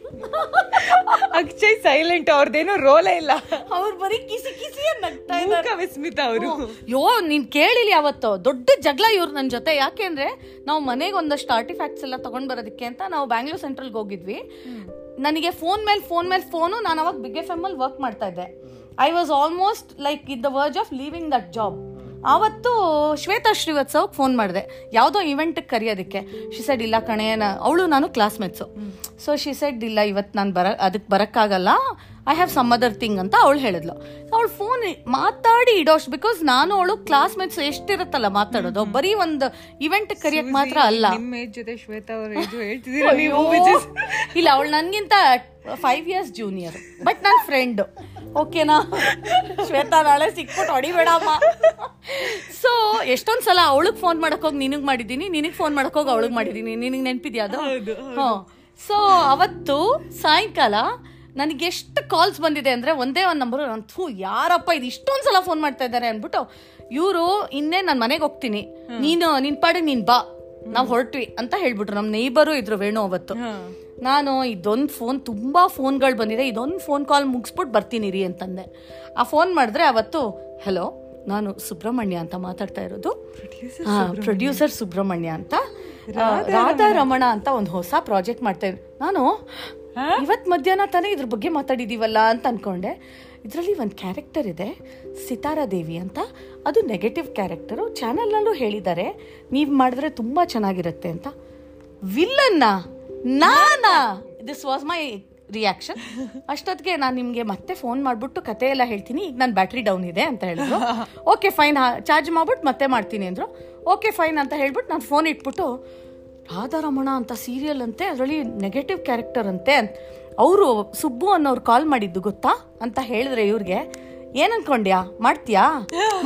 S1: ಅಕ್ಷಯ್ ಸೈಲೆಂಟ್ ಅವ್ರದ್ದೇನು ರೋಲೇ ಇಲ್ಲ
S2: ಅವ್ರು ಬರೀ ಕಿಸಿ ಕಿಸಿ ಅನ್ ನಗ್ತಾ ಇದ್ದಾರೆ.
S1: ಮೂಕ ವಿಸ್ಮಿತ ಅವರು
S2: ಯೋ ನೀನ್ ಕೇಳಿಲ್ಲ ಯಾವತ್ತು ದೊಡ್ಡ ಜಗಳ ಇವ್ರು ನನ್ನ ಜೊತೆ ಯಾಕೆಂದ್ರೆ ನಾವು ಮನೆಗೆ ಒಂದಷ್ಟು ಆರ್ಟಿಫ್ಯಾಕ್ಟ್ಸ್ ಎಲ್ಲ ತಗೊಂಡ್ ಬರೋದಕ್ಕೆ ಅಂತ ನಾವು ಬ್ಯಾಂಗ್ಳೂರ್ ಸೆಂಟ್ರಲ್ಗೆ ಹೋಗಿದ್ವಿ ನನಗೆ ಫೋನ್ ಮೇಲೆ ಫೋನ್ ಮೇಲೆ ಫೋನು ನಾನು ಅವಾಗ ಬಿಗ್ ಎಫ್ ಎಮ್ ಅಲ್ಲಿ ವರ್ಕ್ ಮಾಡ್ತಾ ಇದ್ದೆ I was almost like in the verge of leaving that job ಆವತ್ತು ಶ್ವೇತಾ ಶ್ರೀವತ್ಸ ಫೋನ್ ಮಾಡಿದೆ ಯಾವುದೋ ಇವೆಂಟ್ಗೆ ಕರೆಯೋದಕ್ಕೆ ಶಿ ಸೆಡ್ ಇಲ್ಲ ಕಣೆ ಅವಳು ನಾನು ಕ್ಲಾಸ್ಮೇಟ್ಸು ಸೊ ಶಿ ಸೆಡ್ ಇಲ್ಲ ಇವತ್ತು ನಾನು ಬರ ಅದಕ್ಕೆ ಬರೋಕ್ಕಾಗಲ್ಲ I have some other thing ಅಂತ ಅವಳು ಹೇಳಿದ್ಲು ಅವಳು ಫೋನ್ ಮಾತಾಡಿ ಇಡೋಷ್ಟು ಬಿಕಾಸ್ ನಾನು ಅವಳು ಕ್ಲಾಸ್ಮೇಟ್ಸ್ ಎಷ್ಟಿರುತ್ತಲ್ಲ ಮಾತಾಡೋದು ಬರೀ ಒಂದು ಇವೆಂಟ್ ಕರಿಯಕ್ ಮಾತ್ರ ಅಲ್ಲ
S1: ನಿಮ್ಮ ಏಜ್ ಜೊತೆ ಶ್ವೇತಾ ಅವ್ರ ಏಜ್ ಹೇಳ್ತಿದ್ದೀರಾ ನೀವು
S2: ಅಯ್ಯೋ. ಇಲ್ಲ ಅವಳು ನನ್ಗಿಂತ ಫೈವ್ ಇಯರ್ಸ್ ಜೂನಿಯರ್ ಬಟ್ ನನ್ನ ಫ್ರೆಂಡ್ ಓಕೆನಾ ಶ್ವೇತಾ ನಾಳೆ ಸಿಕ್ಬಿಟ್ಟು ಹೊಡಿಬೇಡಮ್ಮ ಸೊ ಎಷ್ಟೊಂದ್ ಸಲ ಅವಳಿಗೆ ಫೋನ್ ಮಾಡಕ್ ಹೋಗಿ ನಿನಗ್ ಮಾಡಿದ್ದೀನಿ ನಿನಗ್ ಫೋನ್ ಮಾಡಕ್ ಹೋಗಿ ಅವಳಿಗೆ ಮಾಡಿದ್ದೀನಿ ನಿನಗ್ ನೆನ್ಪಿದ್ಯಾ ಅದು ಹ್ಮ್ ಸೊ ಅವತ್ತು ಸಾಯಂಕಾಲ ನನಗೆ ಎಷ್ಟು ಕಾಲ್ಸ್ ಬಂದಿದೆ ಅಂದರೆ ಒಂದೇ ಒಂದು ನಂಬರು ನಾನು ಥೂ ಯಾರಪ್ಪ ಇದು ಇಷ್ಟೊಂದು ಸಲ ಫೋನ್ ಮಾಡ್ತಾ ಇದ್ದಾರೆ ಅಂದ್ಬಿಟ್ಟು ಇವರು ಇನ್ನೇ ನಾನು ಮನೆಗೆ ಹೋಗ್ತೀನಿ ನೀನು ನಿನ್ ಪಾಡಿಗೆ ನೀನು ಬಾ ನಾವು ಹೊರಟ್ವಿ ಅಂತ ಹೇಳ್ಬಿಟ್ರು ನಮ್ಮ ನೇಬರು ಇದ್ರು ವೇಣು ಅವತ್ತು ನಾನು ಇದೊಂದು ಫೋನ್ ತುಂಬ ಫೋನ್ಗಳು ಬಂದಿದೆ ಇದೊಂದು ಫೋನ್ ಕಾಲ್ ಮುಗಿಸ್ಬಿಟ್ಟು ಬರ್ತೀನಿ ರೀ ಅಂತಂದೆ ಆ ಫೋನ್ ಮಾಡಿದ್ರೆ ಅವತ್ತು ಹಲೋ ನಾನು ಸುಬ್ರಹ್ಮಣ್ಯ ಅಂತ ಮಾತಾಡ್ತಾ ಇರೋದು ಪ್ರೊಡ್ಯೂಸರ್ ಸುಬ್ರಹ್ಮಣ್ಯ ಅಂತ ಆ, ರಾಧಾ ರಮಣ ಅಂತ ಒಂದು ಹೊಸ ಪ್ರಾಜೆಕ್ಟ್ ಮಾಡ್ತಾ ಇದ್ದೀನಿ ನಾನು ಇವತ್ತು ಮಧ್ಯಾಹ್ನ ತಾನೇ ಇದ್ರ ಬಗ್ಗೆ ಮಾತಾಡಿದೀವಲ್ಲ ಅಂತ ಅನ್ಕೊಂಡೆ ಇದರಲ್ಲಿ ಒಂದು ಕ್ಯಾರೆಕ್ಟರ್ ಇದೆ ಸಿತಾರಾ ದೇವಿ ಅಂತ ಅದು ನೆಗೆಟಿವ್ ಕ್ಯಾರೆಕ್ಟರು ಚಾನಲ್ನಲ್ಲೂ ಹೇಳಿದ್ದಾರೆ ನೀವು ಮಾಡಿದ್ರೆ ತುಂಬ ಚೆನ್ನಾಗಿರುತ್ತೆ ಅಂತ ವಿಲ್ಲನ್ನ ನಾನಾ ದಿಸ್ ವಾಸ್ ಮೈ ರಿಯಾಕ್ಷನ್ ಅಷ್ಟೊತ್ತಿಗೆ ನಾನು ನಿಮಗೆ ಮತ್ತೆ ಫೋನ್ ಮಾಡಿಬಿಟ್ಟು ಕತೆ ಎಲ್ಲ ಹೇಳ್ತೀನಿ ಈಗ ನನ್ನ ಬ್ಯಾಟ್ರಿ ಡೌನ್ ಇದೆ ಅಂತ ಹೇಳಿದ್ರು ಓಕೆ ಫೈನ್ ಚಾರ್ಜ್ ಮಾಡ್ಬಿಟ್ಟು ಮತ್ತೆ ಮಾಡ್ತೀನಿ ಅಂದರು ಓಕೆ ಫೈನ್ ಅಂತ ಹೇಳ್ಬಿಟ್ಟು ನಾನು ಫೋನ್ ಇಟ್ಬಿಟ್ಟು ರಾಧಾರಮಣ ಅಂತ ಸೀರಿಯಲ್ ಅಂತೆ ಅದರಲ್ಲಿ ನೆಗೆಟಿವ್ ಕ್ಯಾರೆಕ್ಟರ್ ಅಂತೆ ಅವರು ಸುಬ್ಬು ಅನ್ನೋರು ಕಾಲ್ ಮಾಡಿದ್ದು ಗೊತ್ತಾ ಅಂತ ಹೇಳಿದ್ರೆ ಇವ್ರಿಗೆ ಏನ್ ಅನ್ಕೊಂಡ್ಯಾ ಮಾಡ್ತೀಯಾ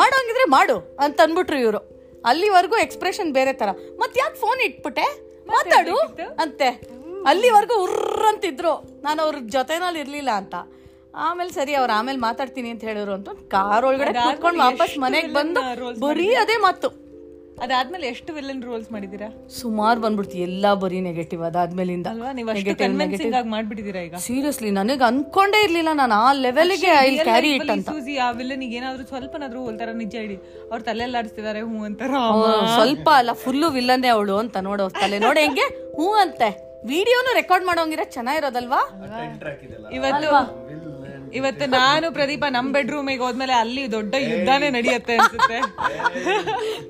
S2: ಮಾಡೋಂಗಿದ್ರೆ ಮಾಡು ಅಂತ ಅಂದ್ಬಿಟ್ರು ಇವರು ಅಲ್ಲಿವರೆಗೂ ಎಕ್ಸ್ಪ್ರೆಷನ್ ಬೇರೆ ತರ ಮತ್ತೆ ಯಾಕೆ ಫೋನ್ ಇಟ್ಬಿಟ್ಟೆ ಮಾತಾಡು ಅಂತೆ ಅಲ್ಲಿವರೆಗೂ ಉರ್ರ್ ಅಂತಿದ್ರು ನಾನು ಅವ್ರ ಜೊತೆನಲ್ಲಿ ಇರ್ಲಿಲ್ಲ ಅಂತ ಆಮೇಲೆ ಸರಿ ಅವ್ರು ಆಮೇಲೆ ಮಾತಾಡ್ತೀನಿ ಅಂತ ಹೇಳಿದ್ರು ಅಂತ ಕಾರ್ ಒಳಗಡೆ ಕೂತ್ಕೊಂಡು ವಾಪಸ್ ಮನೆಗೆ ಬಂದು ಬರೀ ಅದೇ ಮಾತು
S1: ಅದಾದ್ಮೇಲೆ ಎಷ್ಟು ವಿಲನ್ ರೋಲ್ಸ್ ಮಾಡಿದೀರಾ
S2: ಸುಮಾರು ಬಂದ್ಬಿಡ್ತು ಎಲ್ಲ ಬರೀ ನೆಗೆಟಿವ್ ಅದಾದ್ಮೇಲಿಂದ
S1: ಅಲ್ವಾ ನೀವು ಅಷ್ಟು ಕನ್ವಿನ್ಸಿಂಗ್ ಆಗಿ ಮಾಡ್ಬಿಟ್ಟಿದ್ದೀರಾ ಈಗ
S2: ಸೀರಿಯಸ್ಲಿ ನನಗೆ ಅನ್ಕೊಂಡೇ ಇರ್ಲಿಲ್ಲ ನಾನು ಆ ಲೆವೆಲ್ಗೆ ಐ ಕ್ಯಾರಿ ಇಟ್ ಅಂತ
S1: ಸೂಸಿ ಆ ವಿಲನ್ಗೆ ಏನಾದ್ರೂ ಸ್ವಲ್ಪನಾದ್ರೂ ಹೋಲ್ತಾರ ನಿಜ ಹೇಳಿ ಅವ್ರ ತಲೆಲ್ಲ ಆಡಿಸ್ತಿದಾರೆ ಹ್ಞೂ ಅಂತಾರ
S2: ಓ, ಸ್ವಲ್ಪ ಅಲ್ಲ ಫುಲ್ಲು ವಿಲ್ಲನ್ನೇ ಅವಳು ಅಂತ ನೋಡೋ ತಲೆ ನೋಡಿ ಹೆಂಗೆ ಹ್ಞೂ ಅಂತೆ ವಿಡಿಯೋನು ರೆಕಾರ್ಡ್ ಮಾಡೋಂಗಿರ ಚೆನ್ನಾಗಿರೋದಲ್ವಾ
S1: ಇವತ್ತು ಇವತ್ತು ನಾನು ಪ್ರದೀಪ ನಮ್ ಬೆಡ್ರೂಮಿಗೆ ಹೋದ್ಮೇಲೆ ಅಲ್ಲಿ ದೊಡ್ಡ ಯುದ್ಧನೇ ನಡೆಯುತ್ತೆ ಅನ್ಸುತ್ತೆ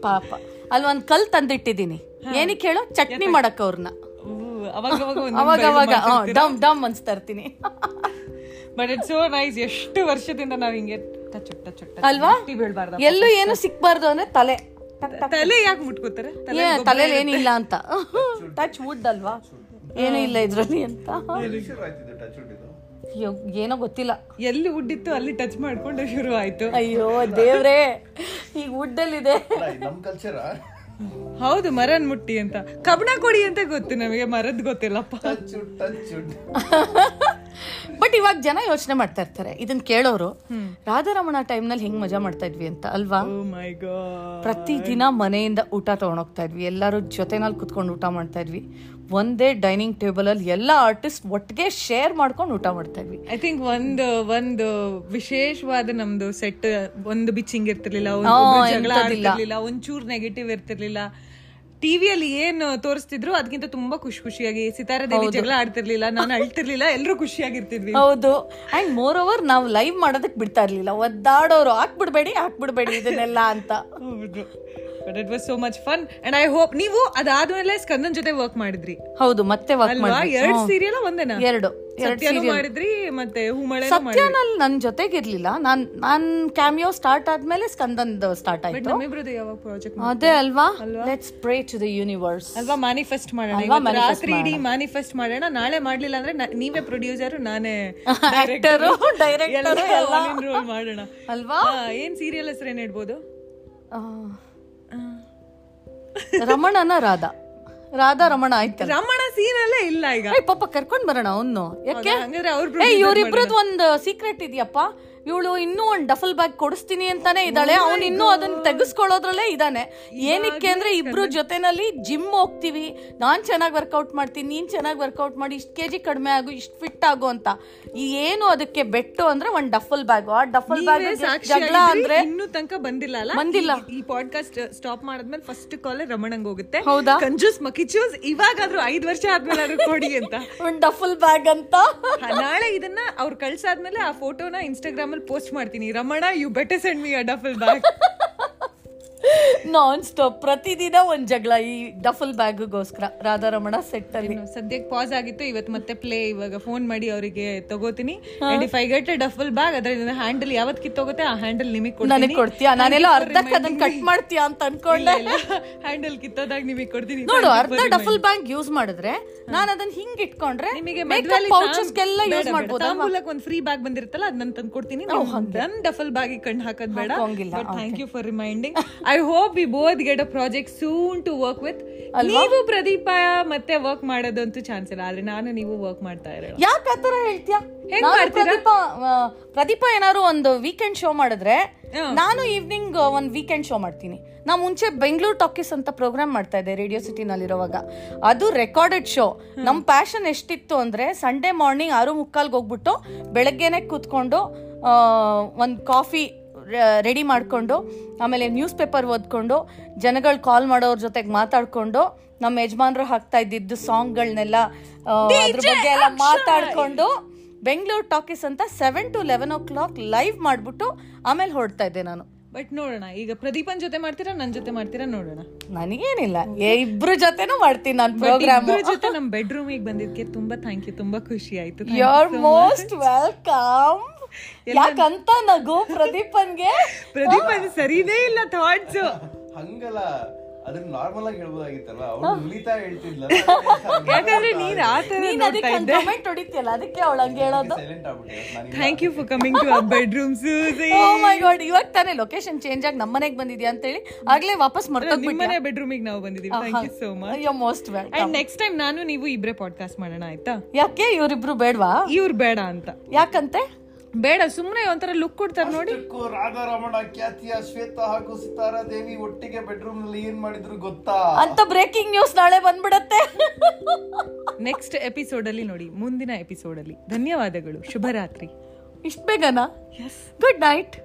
S2: ಪಾಪ ಅಲ್ಲಿ ಒಂದ್ ಕಲ್ ತಂದಿಟ್ಟಿದ್ದೀನಿ ಏನಕ್ಕೆ ಹೇಳು ಚಟ್ನಿ ಮಾಡಕ್ ಅವ್ರನ್ನ
S1: ಅವಾಗ ಅವಾಗ
S2: ಅವಾಗ ಅವಾಗ ಡಮ್ ಡಮ್ ಅನ್ಸ್ತಾ ಇರ್ತೀನಿ
S1: ಬಟ್ ಇಟ್ಸ್ ಸೋ ನೈಸ್ ಎಷ್ಟು ವರ್ಷದಿಂದ ನಾವ್ ಹಿಂಗೆ ಟಚ್ ಟಚ್
S2: ಅಲ್ವಾ
S1: ಬೀಳ್ಬಾರ್ದು
S2: ಎಲ್ಲೂ ಏನು ಸಿಕ್ಬಾರ್ದು ಅಂದ್ರೆ ತಲೆ ಟಕ್ ಟಕ್.
S1: ತಲೆ ಯಾಕೆ ಮುಟ್ಕೋತಾರೆ ತಲೆ
S2: ಏ, ತಲೆಲ್ ಏನಿಲ್ಲ ಅಂತ ಟಚ್ ವುಡ್ ಅಲ್ವಾ ಏನೂ ಇಲ್ಲ ಇದ್ರಲ್ಲಿ ಅಂತ ಅಯ್ಯೋ, ಏನೋ ಗೊತ್ತಿಲ್ಲ
S1: ಎಲ್ಲಿ ಉಡ್ಡಿತ್ತು ಅಲ್ಲಿ ಟಚ್ ಮಾಡ್ಕೊಂಡು ಶುರು ಆಯ್ತು
S2: ಅಯ್ಯೋ ದೇವ್ರೇ ಈಗ ವುಡ್ಡಲ್ಲಿದೆ
S3: ನಮ್ಮ ಕಲ್ಚರ
S1: ಹೌದು ಮರನ್ ಮುಟ್ಟಿ ಅಂತ ಕಬ್ಣ ಕೊಡಿ ಅಂತ ಗೊತ್ತು ನಮಗೆ ಮರದ್ ಗೊತ್ತಿಲ್ಲಪ್ಪ
S3: ಟಚ್ಚು ಟಚ್ಚು
S2: ಬಟ್ ಇವಾಗ ಜನ ಯೋಚನೆ ಮಾಡ್ತಾ ಇರ್ತಾರೆ ಇದನ್ನ ಕೇಳೋರು ರಾಧಾರಮಣ ಟೈಮ್ನಲ್ಲಿ ಹೆಂಗ್ ಮಜಾ ಮಾಡ್ತಾ ಇದ್ವಿ ಅಂತ ಅಲ್ವಾ
S1: ಓ ಮೈ ಗಾಡ್
S2: ಪ್ರತಿದಿನ ಮನೆಯಿಂದ ಊಟ ತೊಗೊಂಡೋಗ್ತಾ ಇದ್ವಿ ಎಲ್ಲರೂ ಜೊತೆನಲ್ಲಿ ಕುತ್ಕೊಂಡು ಊಟ ಮಾಡ್ತಾ ಇದ್ವಿ ಒಂದೇ ಡೈನಿಂಗ್ ಟೇಬಲಲ್ಲಿ ಎಲ್ಲ ಆರ್ಟಿಸ್ಟ್ ಒಟ್ಟಿಗೆ ಶೇರ್ ಮಾಡ್ಕೊಂಡು ಊಟ ಮಾಡ್ತಾ ಇದ್ವಿ
S1: ಐ ಥಿಂಕ್ ಒಂದು ಒಂದು ವಿಶೇಷವಾದ ನಮ್ದು ಸೆಟ್ ಒಂದು ಬಿಚ್ಚಿಂಗ್ ಇರ್ತಿರ್ಲಿಲ್ಲ ಒಂದ್-
S2: ಹಾ,
S1: ಒಬ್ರು ಜಗಳ
S2: ಎಂತದಿಲ್ಲ.
S1: ಆಡ್ತಿರ್ಲಿಲ್ಲ ಒಂಚೂರ್ ನೆಗೆಟಿವ್ ಇರ್ತಿರ್ಲಿಲ್ಲ ಟಿವಿಯಲ್ಲಿ ಏನ್ ತೋರಿಸ್ತಿದ್ರು ಅದಕ್ಕಿಂತ ತುಂಬಾ ಖುಷಿ ಖುಷಿಯಾಗಿ ಸಿತಾರಾದೇವಿ ಜಗಳ ಆಡ್ತಿರ್ಲಿಲ್ಲ ನಾನು ಅಳ್ತಿರ್ಲಿಲ್ಲ ಎಲ್ಲರೂ ಖುಷಿಯಾಗಿರ್ತಿದ್ವಿ
S2: ಹೌದು ಅಂಡ್ ಮೋರ್ ಓವರ್ ನಾವು ಲೈವ್ ಮಾಡೋದಕ್ಕೆ ಬಿಡ್ತಾ ಇರ್ಲಿಲ್ಲ ಒದ್ದಾಡೋರು ಹಾಕ್ಬಿಡ್ಬೇಡಿ ಹಾಕ್ಬಿಡ್ಬೇಡಿ ಇದನ್ನೆಲ್ಲ ಅಂತ
S1: ಹೌದು but it was so much fun and I hope ನೀವು ಅದಾದ್ಮೇಲೆ ಸ್ಕಂದನ್ ಜೊತೆ ವರ್ಕ್ ಮಾಡಿದ್ರಿ
S2: ಹೌದು ಮತ್ತೆ ವರ್ಕ್
S1: ಅಲ್ವಾ
S2: ಮಾಡಿ
S1: ಎರಡ್ ಸೀರಿಯಲ್ ಒಂದೇನಾ
S2: ಎರಡು
S1: ಸತ್ಯನೂ ಮಾಡಿದ್ರಿ ಮತ್ತೆ ಹೂಮಳೆ
S2: ಸತ್ಯನಲ್ಲಿ ನನ್ನ ಜೊತೆಗಿರ್ಲಿಲ್ಲ ನಾನ್ ನಾನ್ ಕ್ಯಾಮಿಯೋ ಸ್ಟಾರ್ಟ್ ಆದ್ಮೇಲೆ ಸ್ಕಂದಂದ್ ಸ್ಟಾರ್ಟ್ ಆಯ್ತು
S1: ನಮ್ಮಿಬ್ರದ್ದು ಯಾವಾಗ ಪ್ರಾಜೆಕ್ಟ್
S2: ಅದೇ ಅಲ್ವಾ let's pray to the universe
S1: ಅಲ್ವಾ ಮ್ಯಾನಿಫೆಸ್ಟ್ ಮಾಡೋಣ
S2: ಅಲ್ವಾ,
S1: ಇವತ್ತು
S2: manifest
S1: ರಾತ್ರಿ ಇಡೀ ಮ್ಯಾನಿಫೆಸ್ಟ್ ಮಾಡೋಣ ನಾಳೆ ಮಾಡ್ಲಿಲ್ಲ ಅಂದ್ರೆ ನ- ನೀವೇ ಪ್ರೊಡ್ಯೂಸರ್ ನಾನೇ
S2: ಆಕ್ಟರು ಡೈರೆಕ್ಟರ್
S1: ರೋಲ್ ಮಾಡೋಣ
S2: ಅಲ್ವಾ
S1: ಆ, ಏನ್ ಸೀರಿಯಲ್ ಹೆಸರು ಏನ್ ಇಡ್ಬೋದು
S2: ಆ. ರಮಣನ ರಾಧಾ ರಾಧಾ ರಮಣ ಆಯ್ತಲ್ಲ
S1: ರಮಣ ಸೀನ್ ಅಲ್ಲೇ ಇಲ್ಲ ಈಗ
S2: ಏ, ಪಾಪ ಕರ್ಕೊಂಡ್ ಬರೋಣ ಅವನು ಯಾಕೆ
S1: ಹಂಗಾದ್ರೆ ಅವ್ರು
S2: ಏ ಇವ್ರಿಬ್ರದ್ ಒಂದ್ ಸೀಕ್ರೆಟ್ ಇದೆಯಪ್ಪ ಇವಳು ಇನ್ನೂ ಒಂದ್ ಡಫಲ್ ಬ್ಯಾಗ್ ಕೊಡಿಸ್ತೀನಿ ಅಂತಾನೆ ಇದ್ದಾಳೆ ಅವ್ನು ಇನ್ನೂ ಅದನ್ನ ತೆಗೆಸ್ಕೊಳ್ಳೋದ್ರಲ್ಲೇ ಇದ್ದಾನೆ ಏನಕ್ಕೆ ಅಂದ್ರೆ ಇಬ್ರು ಜೊತೆನಲ್ಲಿ ಜಿಮ್ ಹೋಗ್ತೀವಿ ನಾನ್ ಚೆನ್ನಾಗಿ ವರ್ಕೌಟ್ ಮಾಡ್ತೀನಿ ನೀನ್ ಚೆನ್ನಾಗಿ ವರ್ಕೌಟ್ ಮಾಡಿ ಇಷ್ಟು ಕೆಜಿ ಕಡಿಮೆ ಆಗು ಇಷ್ಟು ಫಿಟ್ ಆಗು ಅಂತ ಈ ಏನು ಅದಕ್ಕೆ ಬೆಟ್ಟು ಅಂದ್ರೆ ಒಂದ್ ಡಫಲ್ ಬ್ಯಾಗ್ ಆ ಡಫಲ್ ಬ್ಯಾಗ್ ಜಗಳ ಅಂದ್ರೆ
S1: ಇನ್ನೂ ತನಕ ಬಂದಿಲ್ಲ ಅಲ್ಲ
S2: ಬಂದಿಲ್ಲ.
S1: ಈ- ಈ ಪಾಡ್ಕಾಸ್ಟ್ ಸ್ಟಾಪ್ ಮಾಡಿದ್ಮೇಲೆ ಫಸ್ಟ್ ಕಾಲ್ ರಮಣಂಗ್ ಹೋಗುತ್ತೆ
S2: ಹೌದಾ?
S1: ಕಂಜೂಸ್ ಮಕಿಚೂಸ್ ಇವಾಗಾದ್ರೂ ಐದ್ ವರ್ಷ ಆದ್ಮೇಲೆ ಆದ್ರೂ ಕೊಡಿ ಅಂತ
S2: ಒಂದ್ ಡಫಲ್ ಬ್ಯಾಗ್ ಅಂತ
S1: ಹ, ನಾಳೆ ಇದನ್ನ ಅವ್ರು ಕಳ್ಸಾದ್ಮೇಲೆ ಆ ಫೋಟೋನ ಇನ್ಸ್ಟಾಗ್ರಾಮ್ ಅಲ್ಲಿ ಪೋಸ್ಟ್ ಮಾಡ್ತೀನಿ Ramana you better send me a duffel bag
S2: ನಾನ್ ಸ್ಟಾಪ್ ಪ್ರತಿದಿನ ಒಂದ್ ಜಗಳ ಈ ಡಫಲ್ ಬ್ಯಾಗ್ಗೋಸ್ಕರ ರಾಧಾರಮಣ ಸೆಟ್ ಅಲ್ಲಿ
S1: ಸದ್ಯಕ್ಕೆ ಪಾಸ್ ಆಗಿತ್ತು ಇವತ್ತು ಮತ್ತೆ ಪ್ಲೇ ಇವಾಗ ಫೋನ್ ಮಾಡಿ ಅವರಿಗೆ ತಗೋತೀನಿ and if I get a duffel bag ಅದ್ರ ಹ್ಯಾಂಡಲ್ ಯಾವತ್ ಕಿತ್ತೋಗುತ್ತೆ ಆ ಹ್ಯಾಂಡಲ್ ನಿಮಗೆ
S2: ನನಗ್ ಕೊಡ್ತೀಯಾ ನಾನೆಲ್ಲ ಅರ್ಧಕ್ಕೆ ಅದನ್ನ ಕಟ್ ಮಾಡ್ತೀಯಾ ಅಂತ ಅನ್ಕೊಂಡೆ
S1: ಹ್ಯಾಂಡಲ್ ಕಿತ್ತೋದಾಗ ನಿಮಗೆ ಕೊಡ್ತೀನಿ
S2: ನೋಡು ಅರ್ಧ ಡಫಲ್ ಬ್ಯಾಂಕ್ ಯೂಸ್ ಮಾಡಿದ್ರೆ ನಾನು ಅದನ್ನ ಹಿಂಗ್ ಇಟ್ಕೊಂಡ್ರೆ
S1: ನಿಮಗೆ
S2: ಮೇಕಪ್ ಪೌಚಸ್ಗೆಲ್ಲ ಯೂಸ್ ಮಾಡ್ಬೋದು
S1: ತಾಂಬೂಲಕ್ ಒಂದ್ ಫ್ರೀ ಬ್ಯಾಗ್ ಬಂದಿರುತ್ತಲ್ಲ ಅದ್ ನಾನು ತಂದು ಕೊಡ್ತೀನಿ ನನ್ ಡಫಲ್ ಬ್ಯಾಗ್ ಕಣ್ಣು ಹಾಕೋದ್ ಬೇಡ
S2: ಹಾಕೋಂಗಿಲ್ಲ,
S1: thank you for reminding I hope we both get a project soon to work with ನೀವು ಪ್ರದೀಪ ಮತ್ತೆ ವರ್ಕ್ ಮಾಡೋದಂತೂ ಚಾನ್ಸ್ ಇಲ್ಲ ಆದ್ರೆ ನಾನು ನೀವು ವರ್ಕ್ ಮಾಡ್ತಾ ಇರೋಣ
S2: ಯಾಕೆ ಆತರ ಹೇಳ್ತೀಯಾ
S1: ಹೆಂಗ್
S2: ನಾನು
S1: ಮಾಡ್ತೀರಾ?
S2: ಪ್ರದೀಪ ಆ, ಪ್ರದೀಪ ಏನಾದ್ರು ಒಂದು ವೀಕೆಂಡ್ ಶೋ ಮಾಡಿದ್ರೆ ನಾನು ಈವ್ನಿಂಗ್ ಒಂದು ವೀಕೆಂಡ್ ಶೋ ಮಾಡ್ತೀನಿ ನಾ ಮುಂಚೆ ಬೆಂಗಳೂರು ಟಾಕೀಸ್ ಅಂತ ಪ್ರೋಗ್ರಾಮ್ ಮಾಡ್ತಾ ಇದ್ದೆ ರೇಡಿಯೋ ಸಿಟಿನಲ್ಲಿರುವಾಗ ಅದು ರೆಕಾರ್ಡೆಡ್ ಶೋ ನಮ್ಮ ಪ್ಯಾಷನ್ ಎಷ್ಟಿತ್ತು ಅಂದ್ರೆ ಸಂಡೇ ಮಾರ್ನಿಂಗ್ ಆರು ಮುಕ್ಕಾಲ್ಗೆ ಹೋಗ್ಬಿಟ್ಟು ಬೆಳಗ್ಗೆನೆ ಕೂತ್ಕೊಂಡು ಒಂದು ಕಾಫಿ ರೆಡಿ ಮಾಡಿಕೊಂಡು ಆಮೇಲೆ ನ್ಯೂಸ್ ಪೇಪರ್ ಓದ್ಕೊಂಡು ಜನಗಳು ಕಾಲ್ ಮಾಡೋರ್ ಜೊತೆಗೆ ಮಾತಾಡ್ಕೊಂಡು ನಮ್ಮ ಯಜಮಾನ್ರು ಹಾಕ್ತಾ ಇದ್ದಿದ್ದು ಸಾಂಗ್ಗಳನ್ನೆಲ್ಲ ಅದ್ರ ಬಗ್ಗೆ ಎಲ್ಲ ಮಾತಾಡ್ಕೊಂಡು ಬೆಂಗಳೂರು ಟಾಕೀಸ್ ಅಂತ seven to eleven o'clock live ಮಾಡ್ಬಿಟ್ಟು ಆಮೇಲೆ ಹೊರಡ್ತಾ ಇದ್ದೆ ನಾನು
S1: ಬಟ್ ನೋಡೋಣ ಈಗ ಪ್ರದೀಪನ್ ಜೊತೆ ಮಾಡ್ತೀರಾ ನನ್ ಜೊತೆ ಮಾಡ್ತೀರಾ ನೋಡೋಣ
S2: ನನಗೇನಿಲ್ಲ ಏ ಇಬ್ರು ಜೊತೆನೂ ಮಾಡ್ತೀನಿ ನಾನು ಪ್ರೋಗ್ರಾಮ್
S1: ಇಬ್ರ ಜೊತೆ ನಮ್ ಬೆಡ್ರೂಮ್ ಬಂದಿದ್ಕೆ ತುಂಬಾ ಥ್ಯಾಂಕ್ ಯು ತುಂಬಾ ಖುಷಿ ಆಯ್ತು Thank you
S2: you are
S1: so much.
S2: Most welcome ಯಾಕಂತ ನಗು ಪ್ರದೀಪನ್ಗೆ
S1: ಪ್ರದೀಪ್ ಅದು ಸರಿನೇ ಇಲ್ಲ ಥಾಟ್ಸ್
S3: ಹಂಗಲ್ಲ ಅದನ್ನ ನಾರ್ಮಲ್ ಆಗಿ ಹೇಳ್ಬೋದಾಗಿತ್ತಲ್ಲ ಅವ್ಳು ಉಳಿತಾ ಹೇಳ್ತಿದ್ಲ
S1: ಯಾಕಂದ್ರೆ ನೀನ್ ಆ ತರ
S2: ನೀನ್ ಅದಕ್ಕೆ ಕಮೆಂಟ್ ಹೊಡಿತಿಯಲ್ಲ ಅದಕ್ಕೆ ಅವಳು ಹಂಗೆ ಹೇಳೋದು
S3: ಸೈಲೆಂಟ್ ಆಗ್ಬಿಟ್ಟೆ
S1: thank you for coming to our bedroom Susi
S2: oh my God Oh ಇವಾಗ ತಾನೇ ಲೊಕೇಶನ್ ಚೇಂಜ್ ಆಗಿ ನಮ್ಮ ಮನೆಗೆ ಬಂದಿದ್ಯಾ ಅಂತೇಳಿ ಆಗ್ಲೇ ವಾಪಸ್ ಮರ್ತೋಗ್ಬಿಟ್ಟೆ
S1: ನಿಮ್ಮನೆ ಬೆಡ್ರೂಮಿಗೆ ನಾವು ಬಂದಿದೀವಿ ಥ್ಯಾಂಕ್ ಯು ಸೋ ಮಚ್
S2: ಅಯ್ಯೋ most well
S1: and next time ನಾನು ನೀವು ಇಬ್ರೇ ಪಾಡ್ಕಾಸ್ಟ್ ಮಾಡೋಣ ಆಯ್ತಾ
S2: ಯಾಕೆ ಇವರಿಬ್ರು ಬೇಡ್ವಾ
S1: ಇವ್ರು ಬೇಡ ಅಂತ
S2: ಯಾಕಂತೆ
S1: ಬೇಡ ಸುಮ್ಮನೆ ಒಂಥರ ಲುಕ್ ಕೊಡ್ತಾರೆ ನೋಡಿ
S3: ಅಷ್ಟಕ್ಕೂ ರಾಧಾರಮಣ ಖ್ಯಾತಿಯ ಶ್ವೇತಾ ಹಾಗೂ ಸಿತಾರಾ ದೇವಿ ಒಟ್ಟಿಗೆ ಬೆಡ್ರೂಮ್ ನಲ್ಲಿ ಏನ್ ಮಾಡಿದ್ರು ಗೊತ್ತಾ
S2: ಅಂತ ಬ್ರೇಕಿಂಗ್ ನ್ಯೂಸ್ ನಾಳೆ ಬಂದ್ಬಿಡತ್ತೆ
S1: ನೆಕ್ಸ್ಟ್ ಎಪಿಸೋಡ್ ಅಲ್ಲಿ ನೋಡಿ ಮುಂದಿನ ಎಪಿಸೋಡ್ ಅಲ್ಲಿ ಧನ್ಯವಾದಗಳು ಶುಭರಾತ್ರಿ
S2: ಇಷ್ಟ ಬೇಗನಾ ಗುಡ್ ನೈಟ್